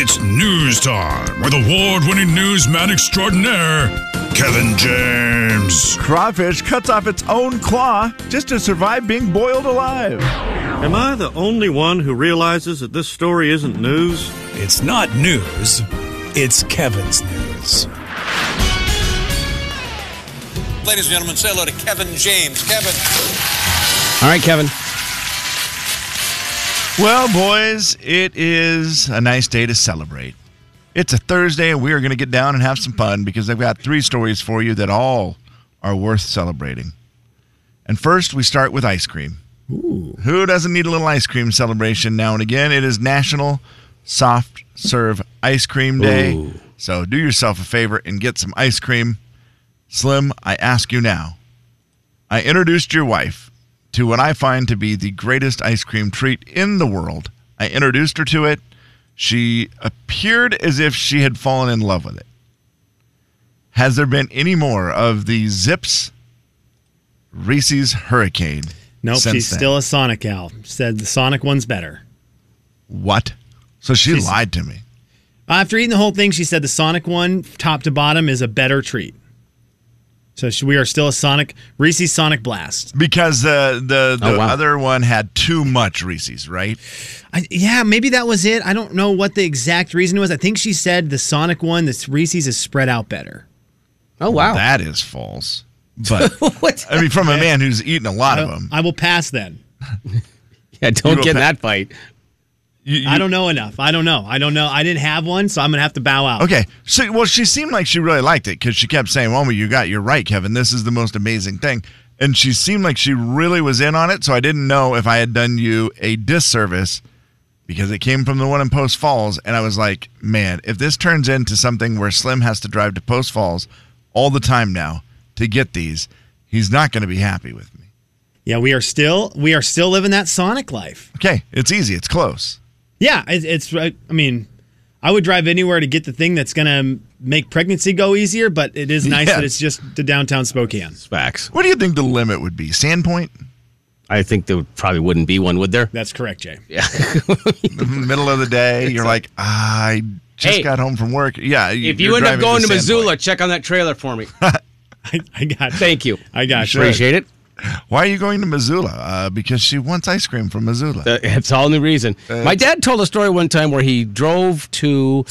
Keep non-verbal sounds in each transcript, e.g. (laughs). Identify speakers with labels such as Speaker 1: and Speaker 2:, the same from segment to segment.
Speaker 1: It's news time with award winning newsman extraordinaire, Kevin James.
Speaker 2: Crawfish cuts off its own claw just to survive being boiled alive.
Speaker 3: Am I the only one who realizes that this story isn't news?
Speaker 4: It's not news, it's Kevin's news.
Speaker 5: Ladies and gentlemen, say hello to Kevin James. Kevin.
Speaker 6: All right, Kevin.
Speaker 2: Well, boys, it is a nice day to celebrate. It's a Thursday, and we are going to get down and have some fun because I've got three stories for you that all are worth celebrating. And first, we start with ice cream. Who doesn't need a little ice cream celebration now and again? It is National Soft Serve Ice Cream Day. So do yourself a favor and get some ice cream. Slim, I ask you now. I introduced your wife to what I find to be the greatest ice cream treat in the world. I introduced her to it. She appeared as if she had fallen in love with it. Has there been any more of the Zips Reese's Hurricane?
Speaker 6: Nope,
Speaker 2: since
Speaker 6: she's
Speaker 2: then?
Speaker 6: still a Sonic owl. Said the Sonic one's better.
Speaker 2: What? So she
Speaker 6: She's-
Speaker 2: lied to me.
Speaker 6: After eating the whole thing, she said the Sonic one, top to bottom, is a better treat. So she, we are still a Sonic Reese's Sonic Blast.
Speaker 2: Because the the, the
Speaker 7: Oh, wow.
Speaker 2: other one had too much Reese's, right?
Speaker 6: I, yeah, maybe that was it. I don't know what the exact reason was. I think she said the Sonic one, the Reese's is spread out better.
Speaker 7: Oh wow.
Speaker 2: That is false. But
Speaker 7: what?
Speaker 2: I mean, from a man who's eaten a lot of
Speaker 6: I-
Speaker 2: them,
Speaker 6: I will pass then.
Speaker 7: Yeah,
Speaker 2: You
Speaker 7: don't
Speaker 2: go
Speaker 7: get in
Speaker 2: pa-
Speaker 7: that fight.
Speaker 6: I don't know enough. I don't know. I don't know. I didn't have one, so I'm gonna have to bow out.
Speaker 2: Okay. So, well, she seemed like she really liked it because she kept saying, "Well, you got you're right, Kevin. This is the most amazing thing." And she seemed like she really was in on it. So I didn't know if I had done you a disservice because it came from the one in Post Falls, and I was like, "Man, if this turns into something where Slim has to drive to Post Falls all the time now to get these, he's not going to be happy with me."
Speaker 6: Yeah, we are still we are still living that Sonic life.
Speaker 2: Okay, it's easy. It's close.
Speaker 6: Yeah, it, it's. I mean, I would drive anywhere to get the thing that's gonna make pregnancy go easier. But it is nice that
Speaker 2: Yes.
Speaker 6: it's just to downtown Spokane.
Speaker 7: It's facts.
Speaker 2: What do you think the limit would be? Sandpoint,
Speaker 7: I think there probably wouldn't be one, would there?
Speaker 6: That's correct, Jay. (laughs)
Speaker 2: middle of the
Speaker 7: (laughs)
Speaker 2: day. You're like, "I just
Speaker 7: Hey,
Speaker 2: got home from work." Yeah.
Speaker 7: If
Speaker 2: you're
Speaker 7: you end up
Speaker 2: driving
Speaker 7: going to
Speaker 2: Sandpoint.
Speaker 7: Missoula, check on that trailer for (laughs) me.
Speaker 6: I, I got.
Speaker 7: Thank you.
Speaker 6: I got. you.
Speaker 7: Appreciate it.
Speaker 2: Why are you going to Missoula? Uh, because she wants ice cream from Missoula.
Speaker 7: Uh, (laughs) It's all new reason. My dad told a story one time where he drove to,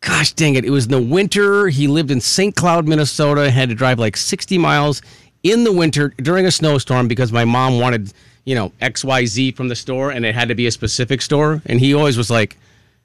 Speaker 7: gosh dang it, it was in the winter. He lived in St. Cloud, Minnesota, had to drive like 60 miles in the winter during a snowstorm because my mom wanted, you know, XYZ from the store and it had to be a specific store. And he always was like,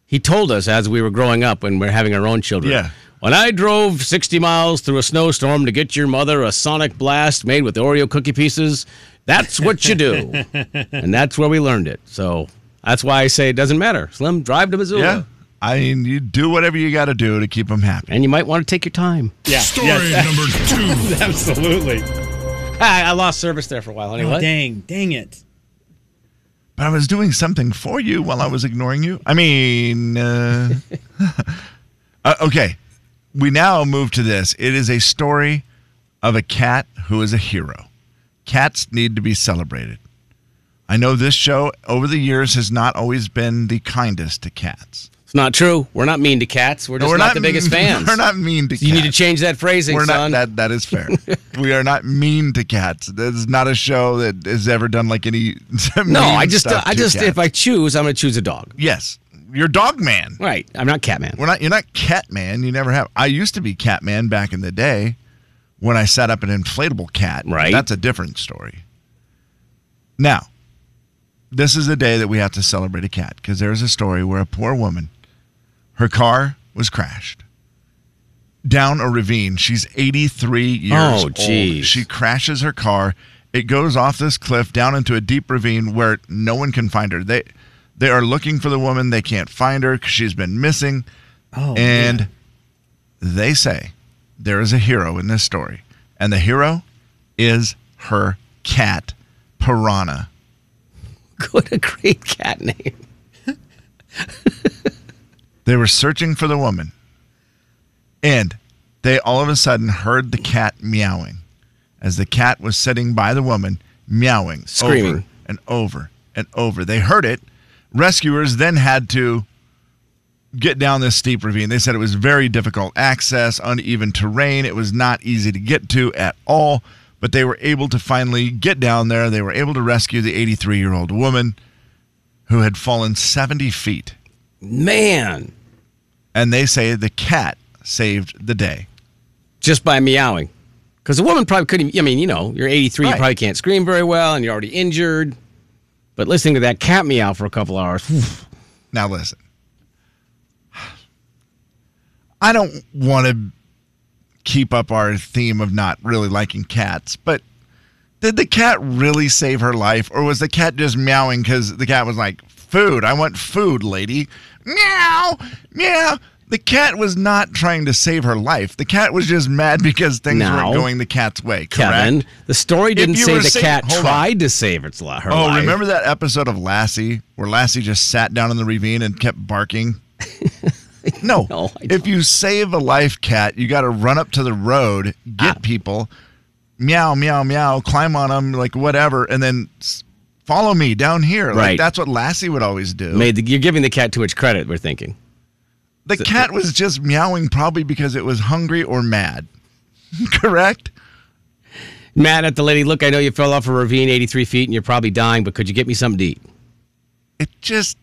Speaker 7: he told us as we were growing up when we are having our own children.
Speaker 2: Yeah.
Speaker 7: When I drove 60 miles through a snowstorm to get your mother a Sonic Blast made with Oreo cookie pieces, that's what you do. and that's where we learned it. So that's why I say it doesn't matter. Slim, drive to Missoula.
Speaker 2: yeah. I mean, you do whatever you got to do to keep them happy.
Speaker 7: And you might want to take your time.
Speaker 6: Yeah.
Speaker 1: Story
Speaker 6: yes,
Speaker 1: number two.
Speaker 6: absolutely.
Speaker 7: (laughs) I, I lost service there for a while anyway.
Speaker 6: Oh, dang. Dang it.
Speaker 2: But I was doing something for you while I was ignoring you. I mean, uh, (laughs) uh, okay. We now move to this. It is a story of a cat who is a hero. Cats need to be celebrated. I know this show over the years has not always been the kindest to cats.
Speaker 7: It's not true. We're not mean to cats. We're just
Speaker 2: We're
Speaker 7: not, the biggest fans.
Speaker 2: We're not mean (laughs) to
Speaker 7: you
Speaker 2: cats.
Speaker 7: need to change that phrasing,
Speaker 2: We're
Speaker 7: son.
Speaker 2: not that. That is
Speaker 7: (laughs)
Speaker 2: fair. we are not mean to cats. This is not a show that has ever done like any. (laughs)
Speaker 7: no, I just, I just, if I choose, I'm going to choose a dog.
Speaker 2: yes, you're dog man.
Speaker 7: Right. I'm not cat man.
Speaker 2: We're not. You're not cat man. You never have. I used to be cat man back in the day when I set up an inflatable cat.
Speaker 7: Right.
Speaker 2: That's a different story. Now, this is a day that we have to celebrate a cat because there's a story where a poor woman, her car was crashed down a ravine. She's 83 years
Speaker 7: Oh,
Speaker 2: old.
Speaker 7: geez.
Speaker 2: She crashes her car. It goes off this cliff down into a deep ravine where no one can find her. They they are looking for the woman. They can't find her because she's been missing.
Speaker 6: Oh,
Speaker 2: and
Speaker 6: man.
Speaker 2: they say there is a hero in this story, and the hero is her cat, Piranha.
Speaker 7: (laughs) What a great cat name.
Speaker 2: They were searching for the woman. And they all of a sudden heard the cat meowing as the cat was sitting by the woman, meowing,
Speaker 7: Screaming.
Speaker 2: over and over and over. They heard it. Rescuers then had to get down this steep ravine. They said it was very difficult access, uneven terrain. It was not easy to get to at all, but they were able to finally get down there. They were able to rescue the 83 year old woman who had fallen 70 feet.
Speaker 7: Man,
Speaker 2: And they say the cat saved the day.
Speaker 7: just by meowing. Because the woman probably couldn't. I mean, you know, you're 83,
Speaker 2: Right.
Speaker 7: you probably can't scream very well, and you're already injured. But listening to that cat meow for a couple hours, whew,
Speaker 2: Now listen. I don't want to keep up our theme of not really liking cats, but did the cat really save her life or was the cat just meowing cuz the cat was like, "Food, I want food, lady." Meow. Meow. The cat was not trying to save her life. The cat was just mad (laughs) because things
Speaker 7: Now-
Speaker 2: weren't going the cat's way. Correct?
Speaker 7: Kevin, the story didn't
Speaker 2: you
Speaker 7: say
Speaker 2: were
Speaker 7: the
Speaker 2: saying-
Speaker 7: cat
Speaker 2: hold on.
Speaker 7: tried to save its li- her
Speaker 2: Oh,
Speaker 7: life.
Speaker 2: remember that episode of Lassie where Lassie just sat down in the ravine and kept
Speaker 7: (laughs)
Speaker 2: barking? no.
Speaker 7: No, I
Speaker 2: if you save a live cat, you got to run up to the road,
Speaker 7: Ah.
Speaker 2: get people, meow, meow, meow, climb on them, like whatever, and then s- follow me down here.
Speaker 7: Right.
Speaker 2: Like that's what Lassie would always do.
Speaker 7: Made the, you're giving the cat too much credit. We're thinking.
Speaker 2: the cat was just meowing probably because it was hungry or mad. (laughs) Correct?
Speaker 7: Mad at the lady. Look, I know you fell off a ravine 83 feet and you're probably dying, but could you get me something to eat?
Speaker 2: it just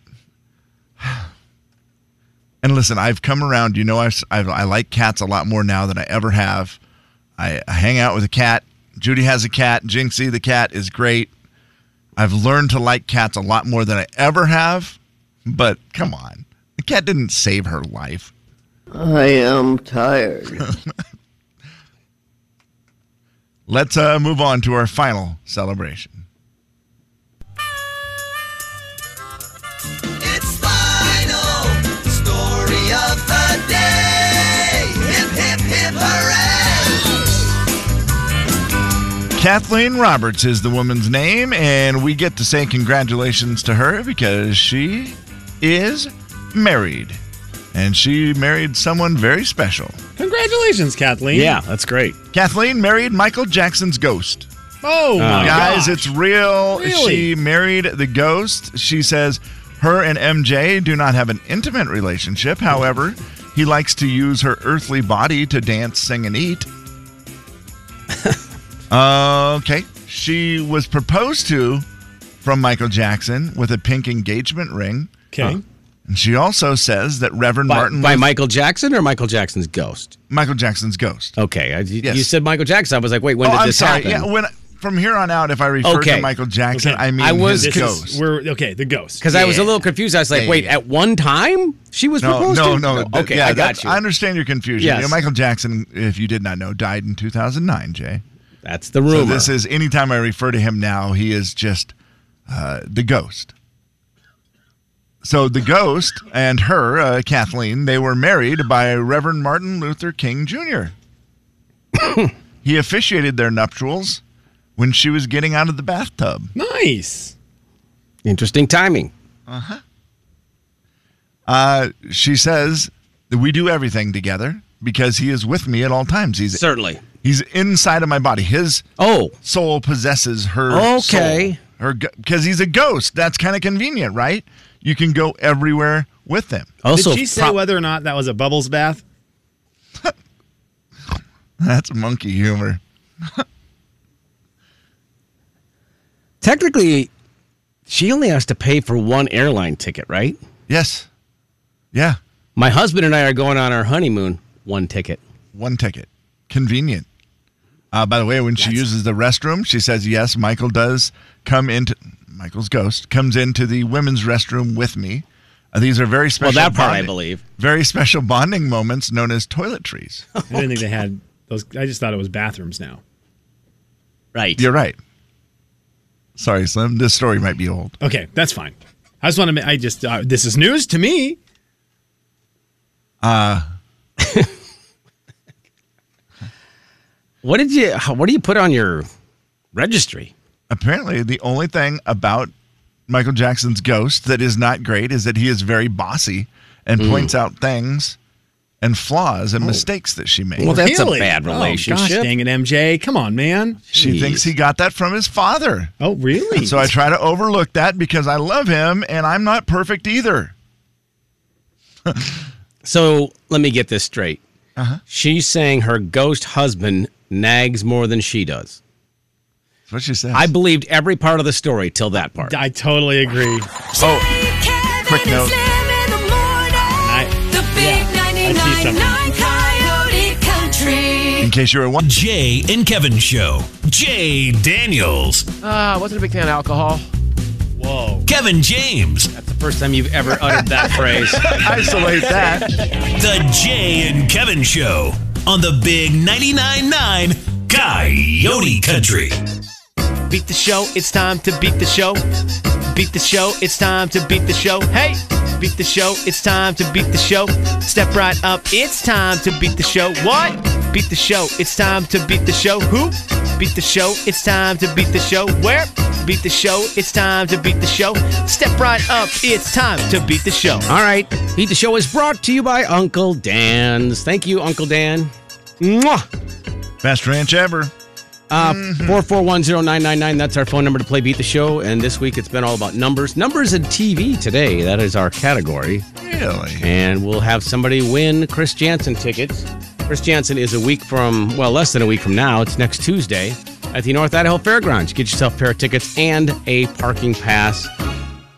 Speaker 2: (sighs) and listen i've come around you know I've, I've, i like cats a lot more now than i ever have I, I hang out with a cat judy has a cat jinxie the cat is great i've learned to like cats a lot more than i ever have but come on the cat didn't save her life
Speaker 8: I am
Speaker 9: (laughs)
Speaker 8: tired.
Speaker 2: let's uh, move on to our final celebration
Speaker 10: It's final story of the day. Hip hip hip hooray!
Speaker 2: Kathleen Roberts is the woman's name, and we get to say congratulations to her because she is married. And she married someone very special.
Speaker 6: Congratulations, Kathleen.
Speaker 7: that's great.
Speaker 2: Kathleen married Michael Jackson's ghost.
Speaker 6: Oh, my
Speaker 2: Guys,
Speaker 6: gosh.
Speaker 2: it's real.
Speaker 6: Really?
Speaker 2: She married the ghost. She says her and MJ do not have an intimate relationship. However, he likes to use her earthly body to dance, sing, and
Speaker 7: (laughs)
Speaker 2: eat. okay. She was proposed to from Michael Jackson with a pink engagement ring.
Speaker 6: okay.
Speaker 2: And she also says that Reverend
Speaker 7: By,
Speaker 2: Martin
Speaker 7: by
Speaker 2: was
Speaker 7: Michael Jackson or Michael Jackson's ghost?
Speaker 2: Michael Jackson's ghost.
Speaker 7: Okay. I, you,
Speaker 2: Yes.
Speaker 7: you said Michael Jackson. I was like, wait, when
Speaker 2: oh,
Speaker 7: did
Speaker 2: I'm
Speaker 7: this
Speaker 2: sorry.
Speaker 7: happen?
Speaker 2: Yeah, when from here on out, if I refer
Speaker 7: Okay.
Speaker 2: to Michael Jackson,
Speaker 6: Okay.
Speaker 2: I mean
Speaker 7: I was
Speaker 2: his
Speaker 6: This
Speaker 2: ghost.
Speaker 6: is, we're okay. The ghost.
Speaker 7: Because I was a
Speaker 2: Yeah.
Speaker 7: little confused. I was like,
Speaker 2: Yeah,
Speaker 7: wait,
Speaker 2: yeah, yeah.
Speaker 7: at one time she was
Speaker 2: No,
Speaker 7: proposed
Speaker 2: no,
Speaker 7: to?
Speaker 2: no. th-
Speaker 7: Okay,
Speaker 2: yeah,
Speaker 7: I
Speaker 2: that's-
Speaker 7: got you.
Speaker 2: I understand your confusion.
Speaker 7: Yes.
Speaker 2: You know, Michael Jackson, if you did not know, died in 2009, Jay.
Speaker 7: that's the rumor.
Speaker 2: So this is anytime I refer to him now, he is just uh, the ghost. So the ghost and her, uh, Kathleen, they were married by Reverend Martin Luther King Jr. (coughs) he officiated their nuptials when she was getting out of the bathtub.
Speaker 6: nice.
Speaker 7: Interesting timing.
Speaker 2: Uh, she says that we do everything together because he is with me at all times. He's
Speaker 7: Certainly.
Speaker 2: He's inside of my body. His
Speaker 7: Oh,
Speaker 2: soul possesses her. soul.
Speaker 7: Okay.
Speaker 2: her because he's a ghost. That's kind of convenient, right? You can go everywhere with him. (laughs)
Speaker 7: also,
Speaker 6: Did she say
Speaker 7: pro-
Speaker 6: whether or not that was a bubbles bath?
Speaker 2: That's monkey humor.
Speaker 7: technically, she only has to pay for one airline ticket, right?
Speaker 2: Yes. Yeah.
Speaker 7: My husband and I are going on our honeymoon, one ticket.
Speaker 2: One ticket. Convenient. Uh, by the way, when she uses the restroom, she says yes. Michael does come into Michael's ghost comes into the women's restroom with me. Uh, these are very
Speaker 7: Well,
Speaker 2: special.
Speaker 7: that part I
Speaker 2: bonding-
Speaker 7: believe.
Speaker 2: Very special bonding moments known as toiletries.
Speaker 6: I didn't think they had those. I just thought it was bathrooms now.
Speaker 7: Right.
Speaker 2: You're right. Sorry, Slim. This story might be old.
Speaker 6: Okay, that's fine. I just want to. I just. Uh, this is news to me.
Speaker 7: what did you? how- What do you put on your registry?
Speaker 2: Apparently, the only thing about Michael Jackson's ghost that is not great is that he is very bossy and
Speaker 7: Mm.
Speaker 2: points out things and flaws and mistakes that she made.
Speaker 7: Oh. Well, that's a
Speaker 6: Really?
Speaker 7: bad
Speaker 6: Oh, gosh
Speaker 7: relationship.
Speaker 6: dang it, MJ. Come on, man.
Speaker 2: she
Speaker 7: Jeez.
Speaker 2: thinks he got that from his father.
Speaker 6: Oh, really?
Speaker 2: So I try to overlook that because I love him and I'm not perfect either.
Speaker 7: So let me get this straight. She's saying her ghost husband nags more than she does.
Speaker 2: That's what she says.
Speaker 7: I believed every part of the story till that part.
Speaker 6: I totally agree.
Speaker 2: oh, Quick note.
Speaker 6: I, yeah, I see something.
Speaker 2: in case you were wondering.
Speaker 4: Jay and Kevin Show. Jay Daniels.
Speaker 7: Ah, wasn't a big fan of alcohol.
Speaker 6: Whoa.
Speaker 4: Kevin James.
Speaker 7: That's the first time you've ever uttered that phrase.
Speaker 2: Isolate that.
Speaker 4: The Jay and Kevin Show on the Big 99.9 9 Coyote Country.
Speaker 11: Beat the show, it's time to beat the show. Beat the show, it's time to beat the show. Hey! Beat the show, it's time to beat the show. Step right up, it's time to beat the show. What? Beat the show, it's time to beat the show. Who? Beat the show, it's time to beat the show. Where? Beat the show, it's time to beat the show. Step right up, it's time to beat the show.
Speaker 7: All right. Beat the Show is brought to you by Uncle Dan's. Thank you, Uncle Dan. Mwah!
Speaker 2: Best ranch ever.
Speaker 7: Uh, 4410999, that's our phone number to play Beat the Show. And this week it's been all about numbers. Numbers and TV today, that is our category.
Speaker 2: Really?
Speaker 7: And we'll have somebody win Chris Jansen tickets. Chris Jansen is a week from, well, less than a week from now. It's next Tuesday at the North Idaho Fairgrounds. Get yourself a pair of tickets and a parking pass.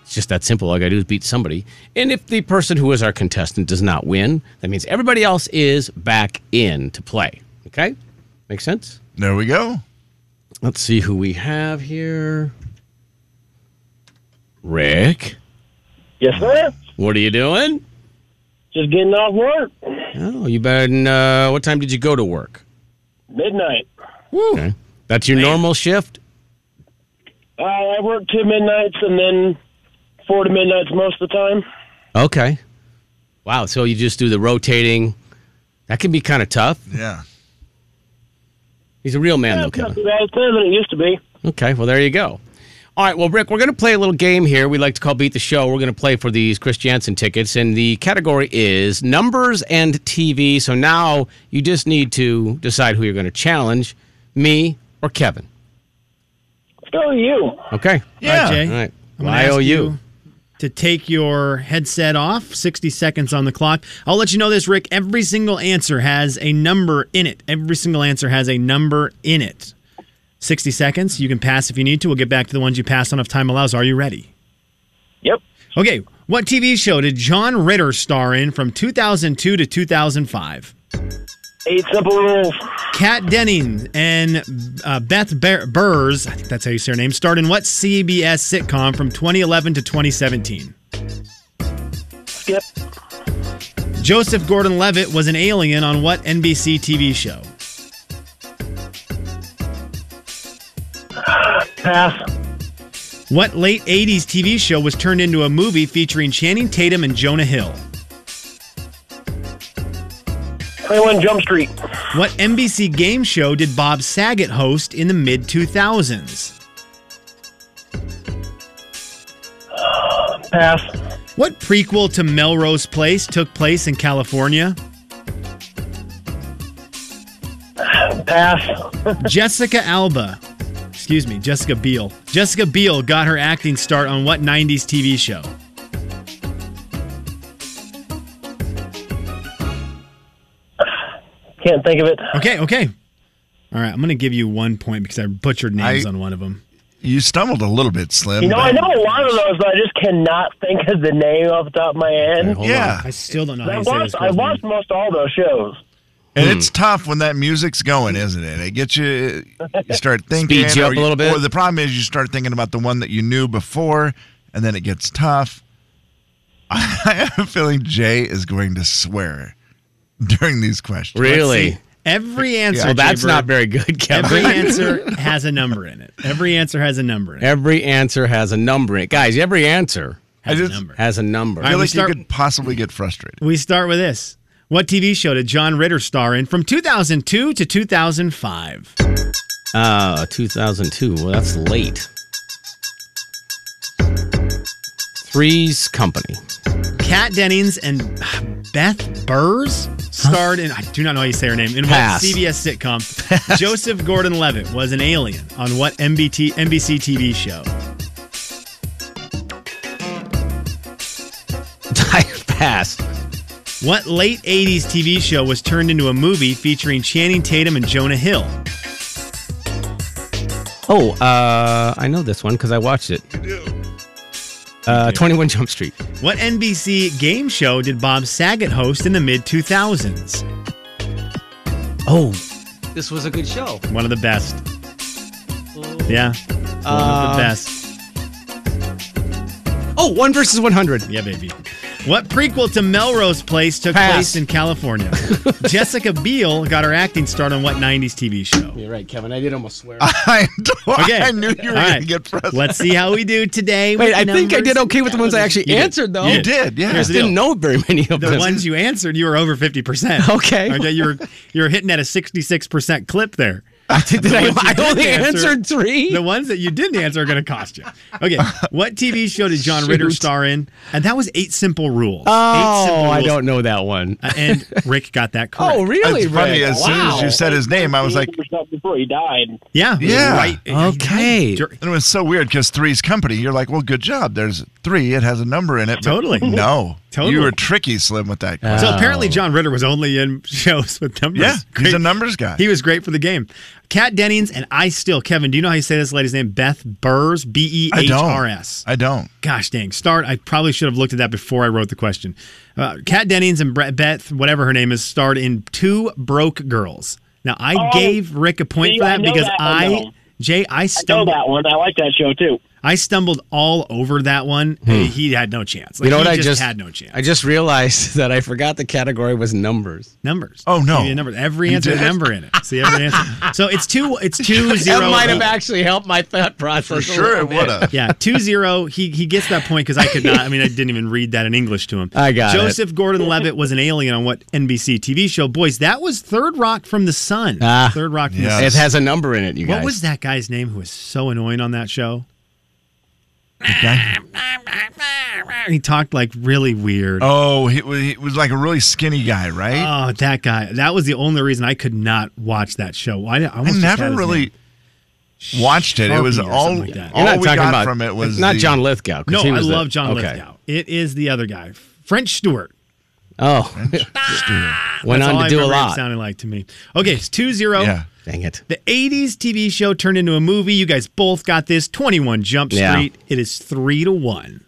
Speaker 7: It's just that simple. All I got to do is beat somebody. And if the person who is our contestant does not win, that means everybody else is back in to play. Okay? Make sense?
Speaker 2: There we go.
Speaker 7: Let's see who we have here. Rick,
Speaker 9: Yes, sir.
Speaker 7: what are you doing?
Speaker 9: Just getting off work.
Speaker 7: Oh, you been, uh, what time did you go to work?
Speaker 9: Midnight.
Speaker 7: Okay. That's your normal shift?
Speaker 9: Uh, I work two midnights and then four to midnights most of the time.
Speaker 7: Okay. Wow. So you just do the rotating. That can be kind of tough.
Speaker 2: Yeah.
Speaker 7: He's a real man, though,
Speaker 9: It's not
Speaker 7: Kevin.
Speaker 9: too bad. It's better than it used to be.
Speaker 7: Okay. Well, there you go. All right. Well, Rick, we're going to play a little game here. We like to call Beat the Show. We're going to play for these Chris Jansen tickets, and the category is numbers and TV. So now you just need to decide who you're going to challenge me or Kevin.
Speaker 9: Let's go with you.
Speaker 7: Okay.
Speaker 2: Yeah.
Speaker 6: Jay.
Speaker 7: All right.
Speaker 6: I'm gonna ask
Speaker 7: YOU.
Speaker 6: you To take your headset off, 60 seconds on the clock. I'll let you know this, Rick. Every single answer has a number in it. Every single answer has a number in it. 60 seconds. You can pass if you need to. We'll get back to the ones you passed on if time allows. Are you ready?
Speaker 9: Yep.
Speaker 6: Okay. What TV show did John Ritter star in from 2002 to 2005?
Speaker 9: Eight simple rules.
Speaker 6: Kat Dennings and uh, Beth Ber- Burrs, I think that's how you say her name, starred in what CBS sitcom from 2011 to 2017?
Speaker 9: Skip.
Speaker 6: Joseph Gordon Levitt was an alien on what NBC TV show?
Speaker 9: Pass.
Speaker 6: What late 80s TV show was turned into a movie featuring Channing Tatum and Jonah Hill?
Speaker 9: 21 Jump Street.
Speaker 6: What NBC game show did Bob Saget host in the mid 2000s?
Speaker 9: Pass.
Speaker 6: What prequel to Melrose Place took place in California?
Speaker 9: Pass.
Speaker 6: Jessica Alba. Excuse me, Jessica Biel. Jessica Biel got her acting start on what 90s TV show?
Speaker 9: Can't think of it.
Speaker 6: Okay, okay. All right, I'm going to give you one point because I butchered names
Speaker 2: I-
Speaker 6: on one of them.
Speaker 2: You stumbled a little bit, Slim.
Speaker 9: You know,
Speaker 2: but-
Speaker 9: I know a lot of those, but I just cannot think of the name off the top of my head.
Speaker 7: Hold
Speaker 2: Yeah.
Speaker 6: I still don't know how
Speaker 9: I
Speaker 6: you say this.
Speaker 9: watched, I
Speaker 6: girl's name.
Speaker 9: watched most all those shows.
Speaker 2: And it's
Speaker 7: Hmm.
Speaker 2: tough when that music's going, isn't it? It gets you, you start thinking.
Speaker 7: (laughs) Speeds you up
Speaker 2: or
Speaker 7: a little bit.
Speaker 2: Or the problem is you start thinking about the one that you knew before, and then it gets tough. (laughs) I have a feeling Jay is going to swear during these questions.
Speaker 7: Really?
Speaker 6: Every answer.
Speaker 7: Well, that's
Speaker 6: Jaybird,
Speaker 7: not very good, Kevin.
Speaker 6: Every answer
Speaker 7: (laughs)
Speaker 6: has a number in it. Every answer has a number in it.
Speaker 7: Every answer has a number in it. Guys, every answer
Speaker 6: Has
Speaker 2: I
Speaker 6: a
Speaker 2: just-
Speaker 6: number.
Speaker 7: has a number.
Speaker 2: I feel
Speaker 6: we
Speaker 2: like
Speaker 6: start-
Speaker 2: you could possibly get frustrated. (laughs)
Speaker 6: We start with this. What TV show did John Ritter star in from 2002 to 2005?
Speaker 7: Uh, 2002. Well, that's late. Three's Company. (laughs)
Speaker 6: Kat Dennings and uh, Beth Burrs starred in, I do not know how you say her name, in
Speaker 7: Pass.
Speaker 6: what CBS sitcom? Joseph Gordon Levitt was an alien on what MBT, NBC TV show?
Speaker 7: I pass.
Speaker 6: What late 80s TV show was turned into a movie featuring Channing Tatum and Jonah Hill?
Speaker 7: Oh, uh, I know this one because I watched it. Uh, 21 Jump Street.
Speaker 6: What NBC game show did Bob Saget host in the mid 2000s?
Speaker 7: Oh, this was a good show.
Speaker 6: One of the best. Yeah. One of
Speaker 7: Uh,
Speaker 6: the best.
Speaker 7: Oh, one versus 100.
Speaker 6: Yeah, baby. What prequel to Melrose Place took
Speaker 7: Pass.
Speaker 6: place in
Speaker 7: (laughs)
Speaker 6: California? Jessica Biel got her acting start on what 90s TV show?
Speaker 7: You're right, Kevin. I did almost swear.
Speaker 2: I,
Speaker 6: Okay.
Speaker 2: I knew you were going
Speaker 6: All right.
Speaker 2: to get pressed.
Speaker 6: Let's see how we do today.
Speaker 7: Wait,
Speaker 6: with
Speaker 7: I think I
Speaker 6: numbers.
Speaker 7: did okay with the ones I actually
Speaker 6: You did.
Speaker 7: answered, though.
Speaker 6: You
Speaker 2: You did, yeah.
Speaker 7: I just didn't know very many of
Speaker 6: The
Speaker 7: them.
Speaker 6: ones you answered, you were over 50%.
Speaker 7: (laughs) Okay.
Speaker 6: Okay, you were you were hitting at a 66% clip there.
Speaker 7: (laughs) did
Speaker 2: (laughs)
Speaker 7: I,
Speaker 6: ones you
Speaker 7: I only
Speaker 6: didn't answer-
Speaker 7: answered three.
Speaker 6: The ones that you didn't answer are going to cost you.
Speaker 7: (laughs)
Speaker 6: Okay. What TV show did John Ritter
Speaker 7: Shoot.
Speaker 6: star in? And that was Eight Simple Rules. Eight
Speaker 7: oh,
Speaker 6: Simple
Speaker 7: I
Speaker 6: Rules.
Speaker 7: don't know that one.
Speaker 6: Uh, and Rick got that correct.
Speaker 7: (laughs) Oh, really?
Speaker 2: It's funny.
Speaker 7: Rick?
Speaker 2: As soon as
Speaker 7: Wow.
Speaker 2: you said his name, I was like,
Speaker 9: before he died.
Speaker 6: Yeah.
Speaker 2: Yeah.
Speaker 6: Right.
Speaker 7: Okay.
Speaker 6: Dur-
Speaker 2: and it was so weird because three's company. You're like, well, good job. There's three. It has a number in it. but
Speaker 6: Totally.
Speaker 2: No.
Speaker 6: (laughs) Totally.
Speaker 2: You were tricky, Slim, with that. question.
Speaker 6: So
Speaker 7: Oh.
Speaker 6: apparently, John Ritter was only in shows with numbers.
Speaker 2: yeah. He's
Speaker 6: Great.
Speaker 2: a numbers guy.
Speaker 6: He was great for the game. Kat Dennings and I still Kevin. Do you know how you say this lady's name? Beth Burrs. B e
Speaker 2: I
Speaker 6: h
Speaker 2: don't.
Speaker 6: r s.
Speaker 2: I don't.
Speaker 6: Gosh dang, start. I probably should have looked at that before I wrote the question. Uh, Kat Dennings and Bre- Beth, whatever her name is, starred in Two Broke Girls. Now I
Speaker 9: Oh,
Speaker 6: gave Rick a point
Speaker 9: see,
Speaker 6: for
Speaker 9: I
Speaker 6: that
Speaker 9: know
Speaker 6: because
Speaker 9: that one,
Speaker 6: I,
Speaker 9: though.
Speaker 6: Jay, I
Speaker 9: I know
Speaker 6: stumbled.
Speaker 9: that one. I like that show too.
Speaker 6: I stumbled all over that one. Hey, He had no chance. Like,
Speaker 7: Hmm. you know
Speaker 6: he
Speaker 7: what? I
Speaker 6: just
Speaker 7: just
Speaker 6: had no chance.
Speaker 7: I just realized (laughs) that I forgot the category was numbers.
Speaker 6: numbers.
Speaker 2: Oh, no.
Speaker 6: Give you a number. Every
Speaker 2: You
Speaker 6: answer,
Speaker 2: did
Speaker 6: a
Speaker 2: it?
Speaker 6: number in it. See every answer. So it's two.
Speaker 2: (laughs)
Speaker 6: It's two zero.
Speaker 7: That might have actually helped my thought process. a
Speaker 2: Sure,
Speaker 7: little
Speaker 2: it
Speaker 7: bit.
Speaker 2: would (laughs) have.
Speaker 6: yeah, 2 0. He, he gets that point because I could not. I mean, I didn't even read that in English to him.
Speaker 7: I got it.
Speaker 6: Joseph Gordon Levitt was an alien on what NBC TV show? Boys, that was Third Rock from the Sun.
Speaker 7: Ah.
Speaker 6: Third Rock from
Speaker 2: Yeah.
Speaker 6: the
Speaker 7: (laughs) It
Speaker 6: Sun.
Speaker 7: has a number in it, you
Speaker 6: What
Speaker 7: guys.
Speaker 6: was that guy's name who was so annoying on that show? He talked like really weird.
Speaker 2: Oh, he was, he was like a really skinny guy, right?
Speaker 6: Oh, that guy. That was the only reason I could not watch that show. I, I,
Speaker 2: I
Speaker 6: almost just had
Speaker 2: never
Speaker 6: his name.
Speaker 2: really watched it. It was
Speaker 6: Sharpie or
Speaker 2: all,
Speaker 6: something like that.
Speaker 7: You're
Speaker 2: all
Speaker 7: not
Speaker 2: we
Speaker 7: talking
Speaker 2: got
Speaker 7: about
Speaker 2: from it was
Speaker 7: not
Speaker 2: the-
Speaker 7: John Lithgow. 'cause
Speaker 6: No,
Speaker 7: he
Speaker 6: I
Speaker 7: was the-
Speaker 6: love John
Speaker 7: okay.
Speaker 6: Lithgow. It is the other guy, French Stewart.
Speaker 2: (laughs)
Speaker 7: Oh, (laughs) went
Speaker 6: That's all
Speaker 7: on
Speaker 6: I
Speaker 7: to do
Speaker 6: remember
Speaker 7: a
Speaker 6: him
Speaker 7: lot.
Speaker 6: Sounding like to me. Okay, it's 2 0.
Speaker 2: Yeah.
Speaker 7: Dang it.
Speaker 6: The 80s TV show turned into a movie. You guys both got this 21 Jump Street.
Speaker 7: Yeah.
Speaker 6: It is 3 to 1.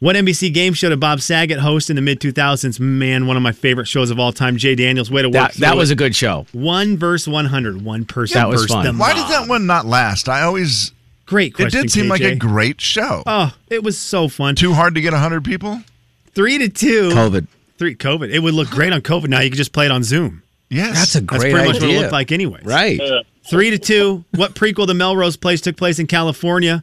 Speaker 6: What NBC game show did Bob Saget host in the mid 2000s? Man, one of my favorite shows of all time. Jay Daniels, way to work.
Speaker 7: That, that
Speaker 6: through
Speaker 7: was
Speaker 6: it.
Speaker 7: a good show.
Speaker 6: one verse 100. One person
Speaker 7: That was
Speaker 6: versus
Speaker 7: fun.
Speaker 6: the
Speaker 2: Why
Speaker 6: mob.
Speaker 2: did that one not last? I always.
Speaker 6: Great
Speaker 2: It
Speaker 6: question.
Speaker 2: did seem like a
Speaker 6: KJ.
Speaker 2: great show.
Speaker 6: Oh, it was so fun.
Speaker 2: Too hard to get 100 people?
Speaker 6: Three to two.
Speaker 7: COVID.
Speaker 6: Three COVID. It would look great on COVID. Now you can just play it on Zoom.
Speaker 2: Yes.
Speaker 7: That's a
Speaker 6: That's
Speaker 7: great
Speaker 6: pretty
Speaker 7: idea.
Speaker 6: much what it looked like, anyways.
Speaker 7: Right.
Speaker 6: Three to two.
Speaker 7: (laughs)
Speaker 6: What prequel to Melrose Place took place in California?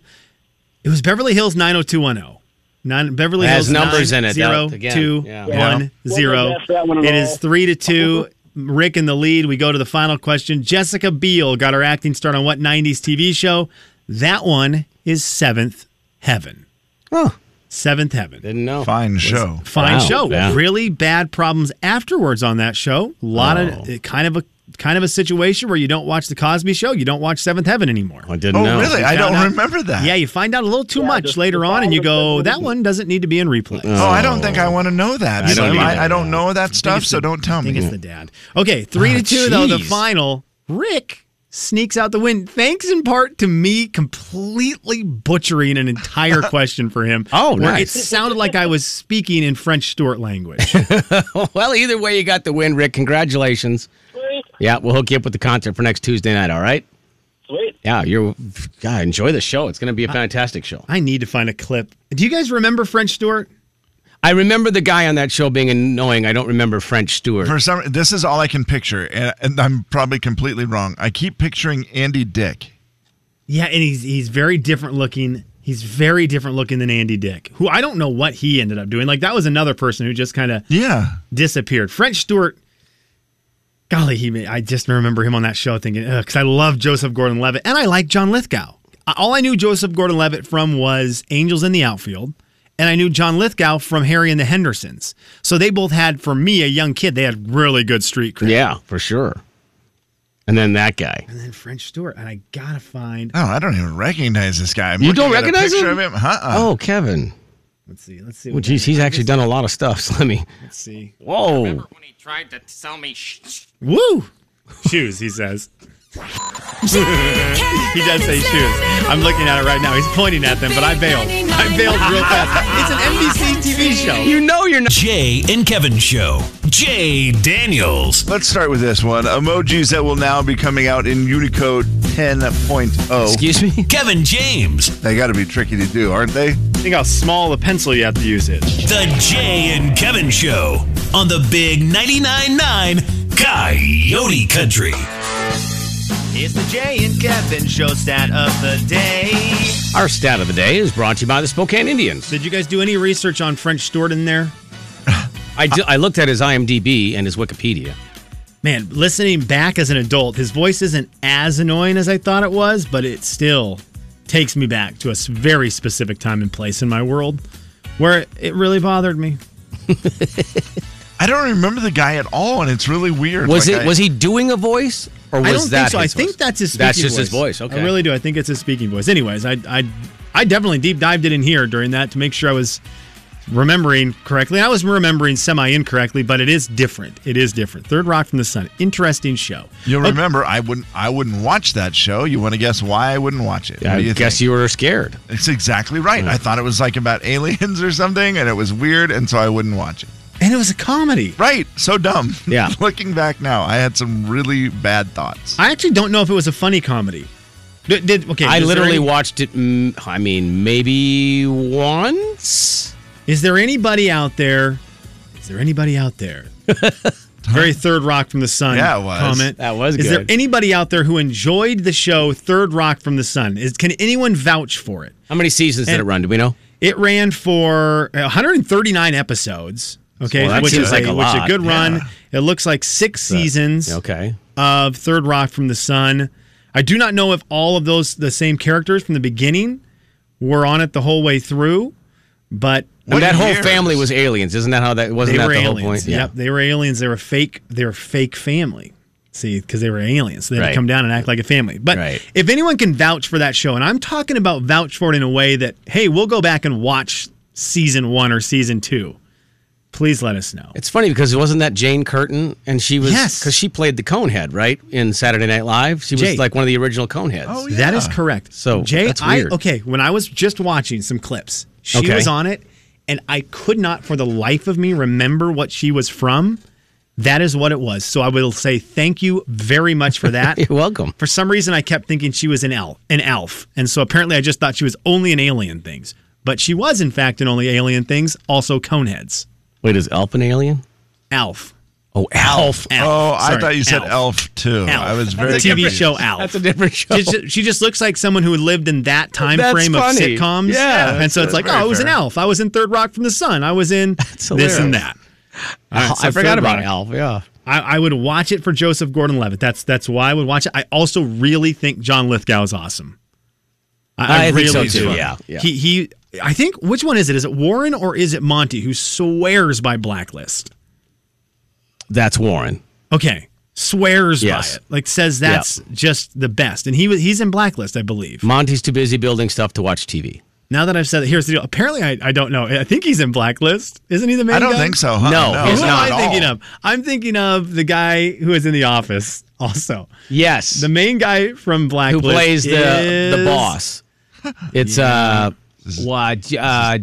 Speaker 6: It was Beverly Hills 90210. Nine, Beverly
Speaker 7: It has
Speaker 6: Hills
Speaker 7: numbers in it,
Speaker 6: Zero,
Speaker 7: that- again,
Speaker 6: two,
Speaker 7: yeah.
Speaker 6: one,
Speaker 9: Yeah.
Speaker 6: zero.
Speaker 9: Wasn't that one at
Speaker 6: It
Speaker 9: all?
Speaker 6: is three to two. Rick in the lead. We go to the final question. Jessica Biel got her acting start on what 90s TV show? That one is Seventh Heaven.
Speaker 7: Oh,
Speaker 6: Seventh Heaven.
Speaker 7: didn't know.
Speaker 2: fine show.
Speaker 6: Fine
Speaker 7: Wow,
Speaker 6: show.
Speaker 7: yeah.
Speaker 6: Really bad problems afterwards on that show. A lot of
Speaker 7: Oh.
Speaker 6: it kind of a kind of a situation where you don't watch the Cosby Show, you don't watch Seventh Heaven anymore.
Speaker 7: I didn't
Speaker 2: Oh,
Speaker 7: know.
Speaker 2: really? I
Speaker 6: found
Speaker 2: don't
Speaker 6: out-
Speaker 2: remember that.
Speaker 6: Yeah, you find out a little too
Speaker 9: Yeah,
Speaker 6: much
Speaker 9: just
Speaker 6: later
Speaker 9: the
Speaker 6: on, and you go,
Speaker 9: following-
Speaker 6: that one doesn't need to be in replay.
Speaker 2: Oh, I don't think I want to know that.
Speaker 7: I
Speaker 2: So I
Speaker 7: don't
Speaker 2: I don't,
Speaker 7: either.
Speaker 2: know that stuff, so don't tell
Speaker 6: I think it's
Speaker 2: me.
Speaker 6: the dad. Okay, three to two though. The
Speaker 7: Ah, jeez.
Speaker 6: final. Rick sneaks out the win, thanks in part to me completely butchering an
Speaker 7: (laughs)
Speaker 6: entire question for him.
Speaker 7: Oh,
Speaker 6: where
Speaker 7: nice.
Speaker 6: It sounded like I was speaking in French Stuart language.
Speaker 7: (laughs) (laughs) well, either way, you got the win, Rick. Congratulations. Yeah, we'll hook you up with the concert for next Tuesday night. All right.
Speaker 9: Sweet.
Speaker 7: Yeah, you're. God, enjoy the show. It's going to be a fantastic show.
Speaker 6: I need to find a clip. Do you guys remember French Stuart?
Speaker 7: I remember the guy on that show being annoying. I don't remember French Stewart.
Speaker 2: For some, this is all I can picture, and, and I'm probably completely wrong. I keep picturing Andy Dick.
Speaker 6: Yeah, and he's he's very different looking. He's very different looking than Andy Dick, who I don't know what he ended up doing. Like that was another person who just kind of
Speaker 2: Yeah,
Speaker 6: disappeared. French Stewart. Golly, he made, I just remember him on that show thinking because I love Joseph Gordon-Levitt and I like John Lithgow. I- All I knew Joseph Gordon-Levitt from was Angels in the Outfield, and I knew John Lithgow from Harry and the Hendersons. So they both had, for me, a young kid, they had really good street cred.
Speaker 7: Yeah, for sure. And then that guy.
Speaker 6: And then French Stewart, and I gotta find.
Speaker 2: Oh, I don't even recognize this guy. I'm
Speaker 7: You
Speaker 2: looking
Speaker 7: don't
Speaker 2: at a
Speaker 7: recognize
Speaker 2: picture
Speaker 7: him?
Speaker 2: Of him? Uh-uh.
Speaker 7: Oh, Kevin.
Speaker 6: Let's see. Let's see.
Speaker 7: Well, geez, he's actually done a lot of stuff, (laughs) Slimmy.
Speaker 6: Let's see.
Speaker 7: Whoa.
Speaker 12: When he tried to sell me sh-
Speaker 6: Woo! Shoes, he says. he does say shoes. I'm looking at it right now. He's pointing at them, but I bailed. I bailed real fast. It's an NBC TV show.
Speaker 7: You know you're not.
Speaker 4: Jay and Kevin Show. Jay Daniels.
Speaker 2: Let's start with this one. Emojis that will now be coming out in Unicode 10.0.
Speaker 7: Excuse me?
Speaker 4: Kevin James.
Speaker 2: They got to be tricky to do, aren't they?
Speaker 6: Think how small the pencil you have to use is.
Speaker 4: The Jay and Kevin Show on the Big 99.9 Coyote Country.
Speaker 11: It's the Jay and Kevin show stat of the day.
Speaker 7: Our stat of the day is brought to you by the Spokane Indians.
Speaker 6: Did you guys do any research on French Jordan there?
Speaker 7: I, do, I looked at his IMDb and his Wikipedia.
Speaker 6: Man, listening back as an adult, his voice isn't as annoying as I thought it was, but it still takes me back to a s- very specific time and place in my world where it really bothered me.
Speaker 2: I don't remember the guy at all, and it's really weird.
Speaker 7: Was
Speaker 2: Like
Speaker 7: it?
Speaker 2: I-
Speaker 7: Was he doing a voice, or was
Speaker 6: I don't
Speaker 7: that?
Speaker 6: think so. I
Speaker 7: his
Speaker 6: think
Speaker 7: voice?
Speaker 6: that's his speaking
Speaker 7: That's just his voice. Okay.
Speaker 6: I really do. I think it's his speaking voice. Anyways, I I I definitely deep dived it in here during that to make sure I was remembering correctly. I was remembering semi incorrectly, but it is different. It is different. Third Rock from the Sun. Interesting show.
Speaker 2: You'll
Speaker 6: Okay.
Speaker 2: remember I wouldn't I wouldn't watch that show. You want to guess why I wouldn't watch it? What
Speaker 7: I
Speaker 2: do you
Speaker 7: guess
Speaker 2: think?
Speaker 7: you were scared.
Speaker 2: It's exactly right. I thought it was like about aliens or something and it was weird and so I wouldn't watch it.
Speaker 6: And it was a comedy.
Speaker 2: Right. So dumb.
Speaker 7: Yeah.
Speaker 2: (laughs) Looking back now, I had some really bad thoughts.
Speaker 6: I actually don't know if it was a funny comedy. Did, did- okay?
Speaker 7: I
Speaker 6: is there
Speaker 7: literally
Speaker 6: any-
Speaker 7: watched it. mm, I mean, maybe once.
Speaker 6: Is there anybody out there? Is there anybody out there? Very third rock from the sun.
Speaker 2: Yeah, it was.
Speaker 6: Comment.
Speaker 7: That was
Speaker 6: Is there
Speaker 7: good.
Speaker 6: anybody out there who enjoyed the show Third Rock from the Sun? Is can anyone vouch for it?
Speaker 7: How many seasons did
Speaker 6: And-
Speaker 7: it run? Do we know?
Speaker 6: It ran for 139 episodes. Okay,
Speaker 7: Well, that
Speaker 6: which
Speaker 7: seems
Speaker 6: is
Speaker 7: like
Speaker 6: a,
Speaker 7: a
Speaker 6: which is a
Speaker 7: lot,
Speaker 6: good run. It looks like six seasons
Speaker 7: Okay.
Speaker 6: of Third Rock from the Sun. I do not know if all of those the same characters from the beginning were on it the whole way through, but
Speaker 7: And that whole
Speaker 2: years?
Speaker 7: family was aliens, isn't that how that wasn't
Speaker 6: they
Speaker 7: that
Speaker 6: were
Speaker 7: the whole
Speaker 6: aliens.
Speaker 7: point?
Speaker 6: Yep, they were aliens. They were fake. They were fake family. See, because they were aliens, so they had
Speaker 7: Right.
Speaker 6: to come down and act like a family. But
Speaker 7: Right.
Speaker 6: if anyone can vouch for that show, and I'm talking about vouch for it in a way that, hey, we'll go back and watch season one or season two. Please let us know.
Speaker 7: It's funny because wasn't that Jane Curtin, and she was
Speaker 6: Yes.
Speaker 7: because she played the Conehead, right, in Saturday Night Live. She was
Speaker 6: Jane.
Speaker 7: like one of the original Coneheads.
Speaker 2: Oh,
Speaker 6: That
Speaker 2: yeah.
Speaker 6: is correct.
Speaker 7: So,
Speaker 6: Jay,
Speaker 7: that's
Speaker 6: I
Speaker 7: weird.
Speaker 6: okay. When I was just watching some clips, she
Speaker 7: Okay.
Speaker 6: was on it, and I could not, for the life of me, remember what she was from. That is what it was. So I will say thank you very much for that.
Speaker 7: (laughs) (laughs) You're welcome.
Speaker 6: For some reason, I kept thinking she was an elf, an elf, and so apparently I just thought she was only in alien things. But she was, in fact, in only alien things, also coneheads.
Speaker 7: Wait, is Elf an alien?
Speaker 6: Elf.
Speaker 7: Oh, Elf.
Speaker 6: Elf.
Speaker 2: Oh, I
Speaker 6: Sorry,
Speaker 2: thought you said Elf, too.
Speaker 6: Elf.
Speaker 2: I was
Speaker 6: The
Speaker 2: very
Speaker 6: TV
Speaker 2: confused.
Speaker 6: show Elf.
Speaker 7: That's a different show.
Speaker 6: She just, she just looks like someone who lived in that time
Speaker 7: That's
Speaker 6: frame of
Speaker 7: funny.
Speaker 6: sitcoms.
Speaker 7: Yeah,
Speaker 6: and so it's like, oh,
Speaker 2: very
Speaker 6: I was an
Speaker 2: fair.
Speaker 6: elf. I was in Third Rock from the Sun. I was in this and
Speaker 7: hilarious.
Speaker 6: that. All right, so
Speaker 7: I forgot
Speaker 6: Third
Speaker 7: about
Speaker 6: Rock.
Speaker 7: Elf. Yeah.
Speaker 6: I, I would watch it for Joseph Gordon-Levitt. That's that's why I would watch it. I also really think John Lithgow is awesome.
Speaker 7: I think so, too.
Speaker 6: do.
Speaker 7: Yeah, yeah.
Speaker 6: He he. I think which one is it? Is it Warren or is it Monty who swears by Blacklist?
Speaker 7: That's Warren.
Speaker 6: Okay, swears
Speaker 7: Yes.
Speaker 6: by it. Like says that's just the best. And he was he's in Blacklist, I believe.
Speaker 7: Monty's too busy building stuff to watch TV.
Speaker 6: Now that I've said it, here's the deal. Apparently, I, I don't know. I think he's in Blacklist. Isn't he the main
Speaker 2: I don't
Speaker 6: guy?
Speaker 2: think so. Huh?
Speaker 7: No,
Speaker 6: Who
Speaker 7: he's
Speaker 6: am
Speaker 7: not
Speaker 6: I
Speaker 2: at all.
Speaker 6: thinking of? I'm thinking of the guy who is in The Office also.
Speaker 7: Yes.
Speaker 6: The main guy from
Speaker 7: who
Speaker 6: Blacklist.
Speaker 7: plays the the
Speaker 6: is-
Speaker 7: boss. It's uh what uh,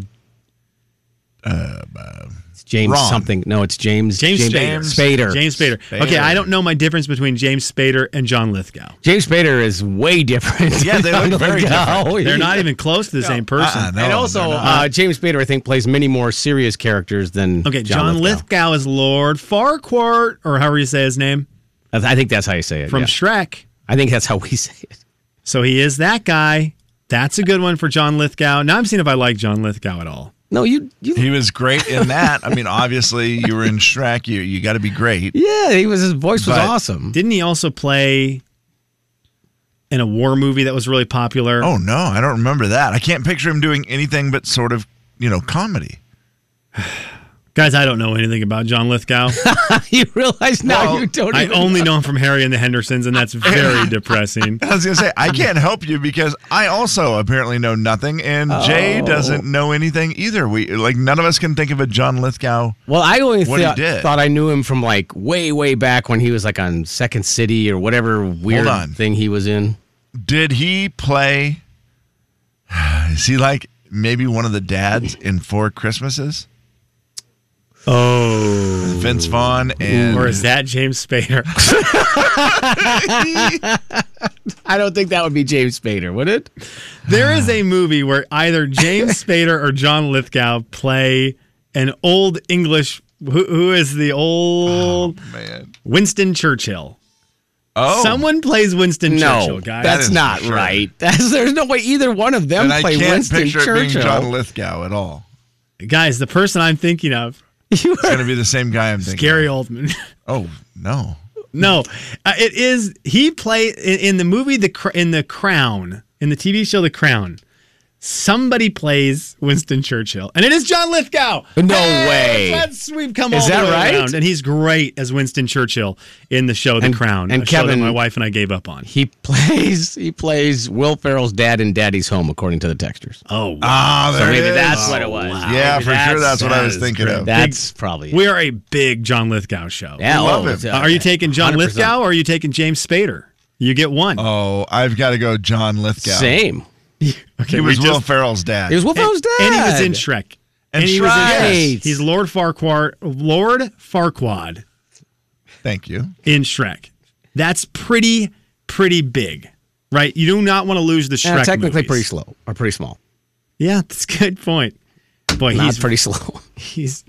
Speaker 7: it's James
Speaker 2: Ron.
Speaker 7: something. No, it's James
Speaker 6: James
Speaker 2: James-
Speaker 7: Spader.
Speaker 6: James Spader. Okay,
Speaker 2: Spader.
Speaker 6: I don't know my difference between James Spader and John Lithgow.
Speaker 7: James Spader is way different.
Speaker 2: Yeah, they
Speaker 7: (laughs)
Speaker 2: look very different.
Speaker 6: They're not even close to the same person.
Speaker 2: Uh-uh, no,
Speaker 7: and also,
Speaker 2: they're not.
Speaker 7: uh, James Spader, I think, plays many more serious characters than
Speaker 6: Okay, John,
Speaker 7: Lithgow.
Speaker 6: Lithgow. is Lord Farquhar, or however you say his name,
Speaker 7: I th- I think that's how you say it.
Speaker 6: from
Speaker 7: yeah.
Speaker 6: Shrek.
Speaker 7: I think that's how we (laughs) say it.
Speaker 6: So he is that guy. That's a good one for John Lithgow. Now I'm seeing if I like John Lithgow at all.
Speaker 7: No, you, you.
Speaker 2: He was great in that. I mean, obviously, you were in Shrek. You you got to be great.
Speaker 7: Yeah, he was. His voice was
Speaker 2: But-
Speaker 7: awesome.
Speaker 6: Didn't he also play in a war movie that was really popular?
Speaker 2: Oh no, I don't remember that. I can't picture him doing anything but sort of you know comedy.
Speaker 6: Guys, I don't know anything about John Lithgow.
Speaker 7: (laughs) you realize now you don't.
Speaker 6: I
Speaker 7: even
Speaker 6: only know him from Harry and the Hendersons, and that's
Speaker 7: (laughs)
Speaker 6: very depressing.
Speaker 2: I was going to say, I can't help you because I also apparently know nothing, and Jay
Speaker 7: Oh.
Speaker 2: doesn't know anything either. We like none of us can think of a John Lithgow.
Speaker 7: Well, I only
Speaker 2: what he
Speaker 7: thought-
Speaker 2: did.
Speaker 7: thought I knew him from like way, way back when he was like on Second City or whatever weird
Speaker 2: on.
Speaker 7: thing he was in.
Speaker 2: Did he play? (sighs) Is he like maybe one of the dads in Four Christmases?
Speaker 6: Oh,
Speaker 2: Vince Vaughn and
Speaker 6: or is that James
Speaker 7: (laughs)
Speaker 6: Spader?
Speaker 7: I don't think that would be James Spader, would it?
Speaker 6: There is a movie where either
Speaker 7: (laughs)
Speaker 6: James Spader or John Lithgow play an old English. Who, who is the old
Speaker 2: man?
Speaker 6: Winston Churchill.
Speaker 2: Oh.
Speaker 6: someone plays Winston Churchill,
Speaker 7: No,
Speaker 6: guys.
Speaker 7: that's not right. (laughs) That's, there's no way either one of them
Speaker 2: and I
Speaker 7: play
Speaker 2: can't
Speaker 7: Winston
Speaker 2: picture
Speaker 7: Churchill.
Speaker 2: it being John Lithgow at all.
Speaker 6: Guys, the person I'm thinking of,
Speaker 2: It's going to be the same guy I'm thinking.
Speaker 6: Gary Oldman. (laughs)
Speaker 2: Oh no.
Speaker 6: no, uh, it is. He played in, in the movie the Cr- in the Crown in the TV show The Crown. Somebody plays Winston Churchill, and it is John Lithgow.
Speaker 7: No
Speaker 6: Hey,
Speaker 7: way.
Speaker 6: Let's, we've come
Speaker 7: Is
Speaker 6: all
Speaker 7: that
Speaker 6: the way
Speaker 7: right?
Speaker 6: around, and he's great as Winston Churchill in the show The
Speaker 7: And-
Speaker 6: Crown.
Speaker 7: and
Speaker 6: a show that
Speaker 7: Kevin-
Speaker 6: my wife and I gave up on.
Speaker 7: He plays. He plays Will Ferrell's dad in Daddy's Home, according to the texters.
Speaker 6: Oh, wow.
Speaker 2: Ah, there
Speaker 7: so
Speaker 2: it
Speaker 7: maybe
Speaker 2: is.
Speaker 7: that's what it was.
Speaker 2: Yeah,
Speaker 7: Maybe
Speaker 2: for sure. That's what I was
Speaker 6: that is
Speaker 2: thinking
Speaker 6: great.
Speaker 2: of.
Speaker 7: That's probably it.
Speaker 6: we are a big John Lithgow show.
Speaker 7: yeah.
Speaker 2: love
Speaker 7: oh,
Speaker 2: him.
Speaker 7: it's, uh,
Speaker 6: Are you taking John
Speaker 7: 100%.
Speaker 6: Lithgow or are you taking James Spader? You get one.
Speaker 7: Uh,
Speaker 2: Oh, I've got to go John Lithgow.
Speaker 7: Same.
Speaker 2: He
Speaker 6: okay, we
Speaker 2: was
Speaker 6: just-
Speaker 2: Will Ferrell's dad.
Speaker 7: It was Will Ferrell's dad,
Speaker 6: And he was in Shrek.
Speaker 2: And
Speaker 6: he was in
Speaker 2: Shrek.
Speaker 7: Right.
Speaker 6: He's Lord Farquhar, Lord Farquaad
Speaker 2: Thank you.
Speaker 6: in Shrek. That's pretty, pretty big, right? You do not want to lose the Shrek.
Speaker 7: Yeah, technically
Speaker 6: movies.
Speaker 7: pretty slow or pretty small.
Speaker 6: Yeah, that's a good point. Boy,
Speaker 7: Not
Speaker 6: he's
Speaker 7: pretty (laughs) slow.
Speaker 6: he's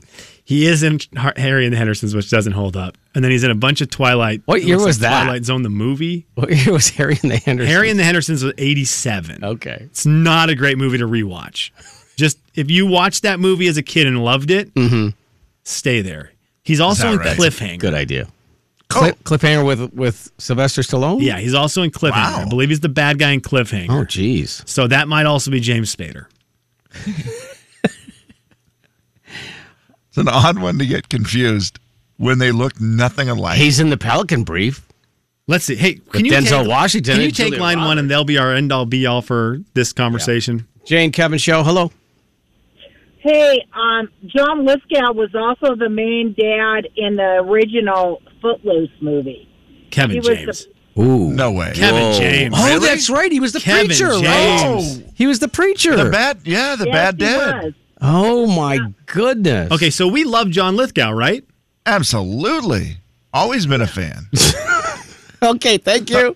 Speaker 6: he is in Har- Harry and the Hendersons, which doesn't hold up. And then he's in a bunch of Twilight.
Speaker 7: What
Speaker 6: it
Speaker 7: year
Speaker 6: looks
Speaker 7: was
Speaker 6: like
Speaker 7: that?
Speaker 6: Twilight Zone, the movie.
Speaker 7: What year was Harry and the Hendersons?
Speaker 6: Harry and the Hendersons was eighty-seven.
Speaker 7: (laughs) okay.
Speaker 6: It's not a great movie to rewatch. Just if you watched that movie as a kid and loved it,
Speaker 7: Mm-hmm.
Speaker 6: stay there. He's also
Speaker 2: that
Speaker 6: in
Speaker 2: right?
Speaker 6: Cliffhanger.
Speaker 7: Good idea. Oh. Cli- Cliffhanger with with Sylvester Stallone.
Speaker 6: Yeah, he's also in Cliffhanger. I
Speaker 2: Wow.
Speaker 6: believe he's the bad guy in Cliffhanger.
Speaker 7: Oh, jeez.
Speaker 6: So that might also be James Spader.
Speaker 2: It's an odd one to get confused when they look nothing alike.
Speaker 7: He's in the Pelican Brief.
Speaker 6: Let's see. Hey, can
Speaker 7: With
Speaker 6: you
Speaker 7: Denzel
Speaker 6: take,
Speaker 7: Washington
Speaker 6: Can you
Speaker 7: and
Speaker 6: take
Speaker 7: Julia
Speaker 6: line one, and they'll be our end all be all for this conversation.
Speaker 7: Jane Kevin Show. Hello.
Speaker 13: Hey, um, John Lithgow was also the main dad in the original Footloose movie.
Speaker 6: Kevin
Speaker 13: He was
Speaker 6: James.
Speaker 7: Ooh.
Speaker 2: no way.
Speaker 6: Kevin James.
Speaker 7: Oh,
Speaker 2: Really?
Speaker 7: that's right. He was the
Speaker 6: Kevin
Speaker 7: preacher,
Speaker 6: James.
Speaker 7: right? He was the preacher.
Speaker 2: The bad, yeah, the
Speaker 13: Yes,
Speaker 2: bad
Speaker 13: he
Speaker 2: dad.
Speaker 13: was.
Speaker 7: oh my goodness.
Speaker 6: Okay, so we love John Lithgow, right?
Speaker 2: Absolutely. Always been a fan.
Speaker 7: Okay. Thank (laughs) you.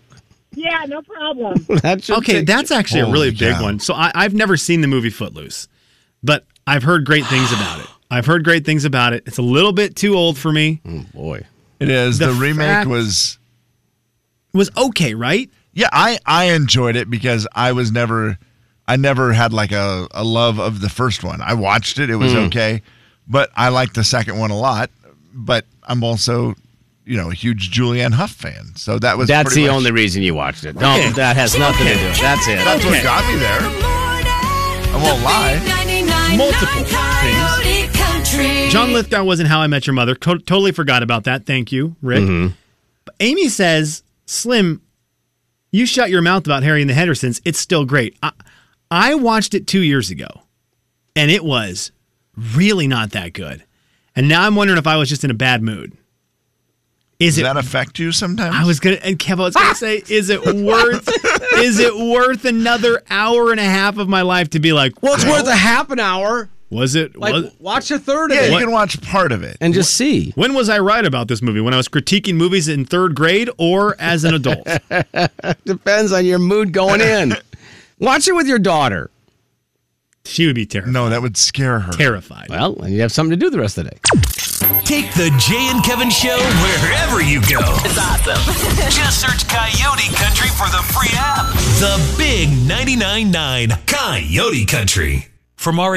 Speaker 13: Yeah, no problem.
Speaker 7: That's your
Speaker 6: Okay,
Speaker 7: take.
Speaker 6: that's actually a
Speaker 2: Holy
Speaker 6: really big
Speaker 2: cow.
Speaker 6: one. So I, I've never seen the movie Footloose, but I've heard great things about it. I've heard great things about it. It's a little bit too old for me.
Speaker 2: Mm.
Speaker 6: It
Speaker 7: boy.
Speaker 2: It is.
Speaker 6: The
Speaker 2: The, remake
Speaker 6: fact-
Speaker 2: was.
Speaker 6: was okay, right?
Speaker 2: Yeah, I I enjoyed it because I was never, I never had like a a love of the first one. I watched it. It was okay, but I liked the second one a lot. But I'm also, you know, a huge Julianne Hough fan. So that was
Speaker 7: That's
Speaker 2: pretty
Speaker 7: the
Speaker 2: much-
Speaker 7: only reason you watched it. No, that has nothing to do. with it. That's it.
Speaker 2: That's what got me there. I won't lie.
Speaker 6: Multiple
Speaker 10: Multiple
Speaker 6: things.
Speaker 10: things.
Speaker 6: John Lithgow wasn't How I Met Your Mother. To- totally forgot about that. Thank you, Rick.
Speaker 2: Mm-hmm.
Speaker 6: But Amy says, Slim, you shut your mouth about Harry and the Hendersons. It's still great. I, I watched it two years ago, and it was really not that good. And now I'm wondering if I was just in a bad mood. Is
Speaker 2: Does
Speaker 6: it?
Speaker 2: that affect you sometimes?
Speaker 6: I was gonna and Kev, I was
Speaker 7: Ah!
Speaker 6: gonna say, is it worth? is it worth another hour and a half of my life to be like?
Speaker 7: Well, it's worth a half an hour.
Speaker 6: Was it?
Speaker 7: Like,
Speaker 6: was,
Speaker 7: watch a third of
Speaker 2: Yeah,
Speaker 7: it
Speaker 2: you can watch part of it.
Speaker 7: and just see.
Speaker 6: When was I right about this movie? When I was critiquing movies in third grade or as an
Speaker 7: (laughs)
Speaker 6: adult?
Speaker 7: Depends on your mood going in. watch it with your daughter.
Speaker 6: she would be terrified.
Speaker 2: No, that would scare her.
Speaker 6: Terrified.
Speaker 7: Well, and you have something to do the rest of the day.
Speaker 4: Take the Jay and Kevin Show wherever you go. It's awesome. Just search Coyote Country for the free app. The big 99.9 Coyote Country. From our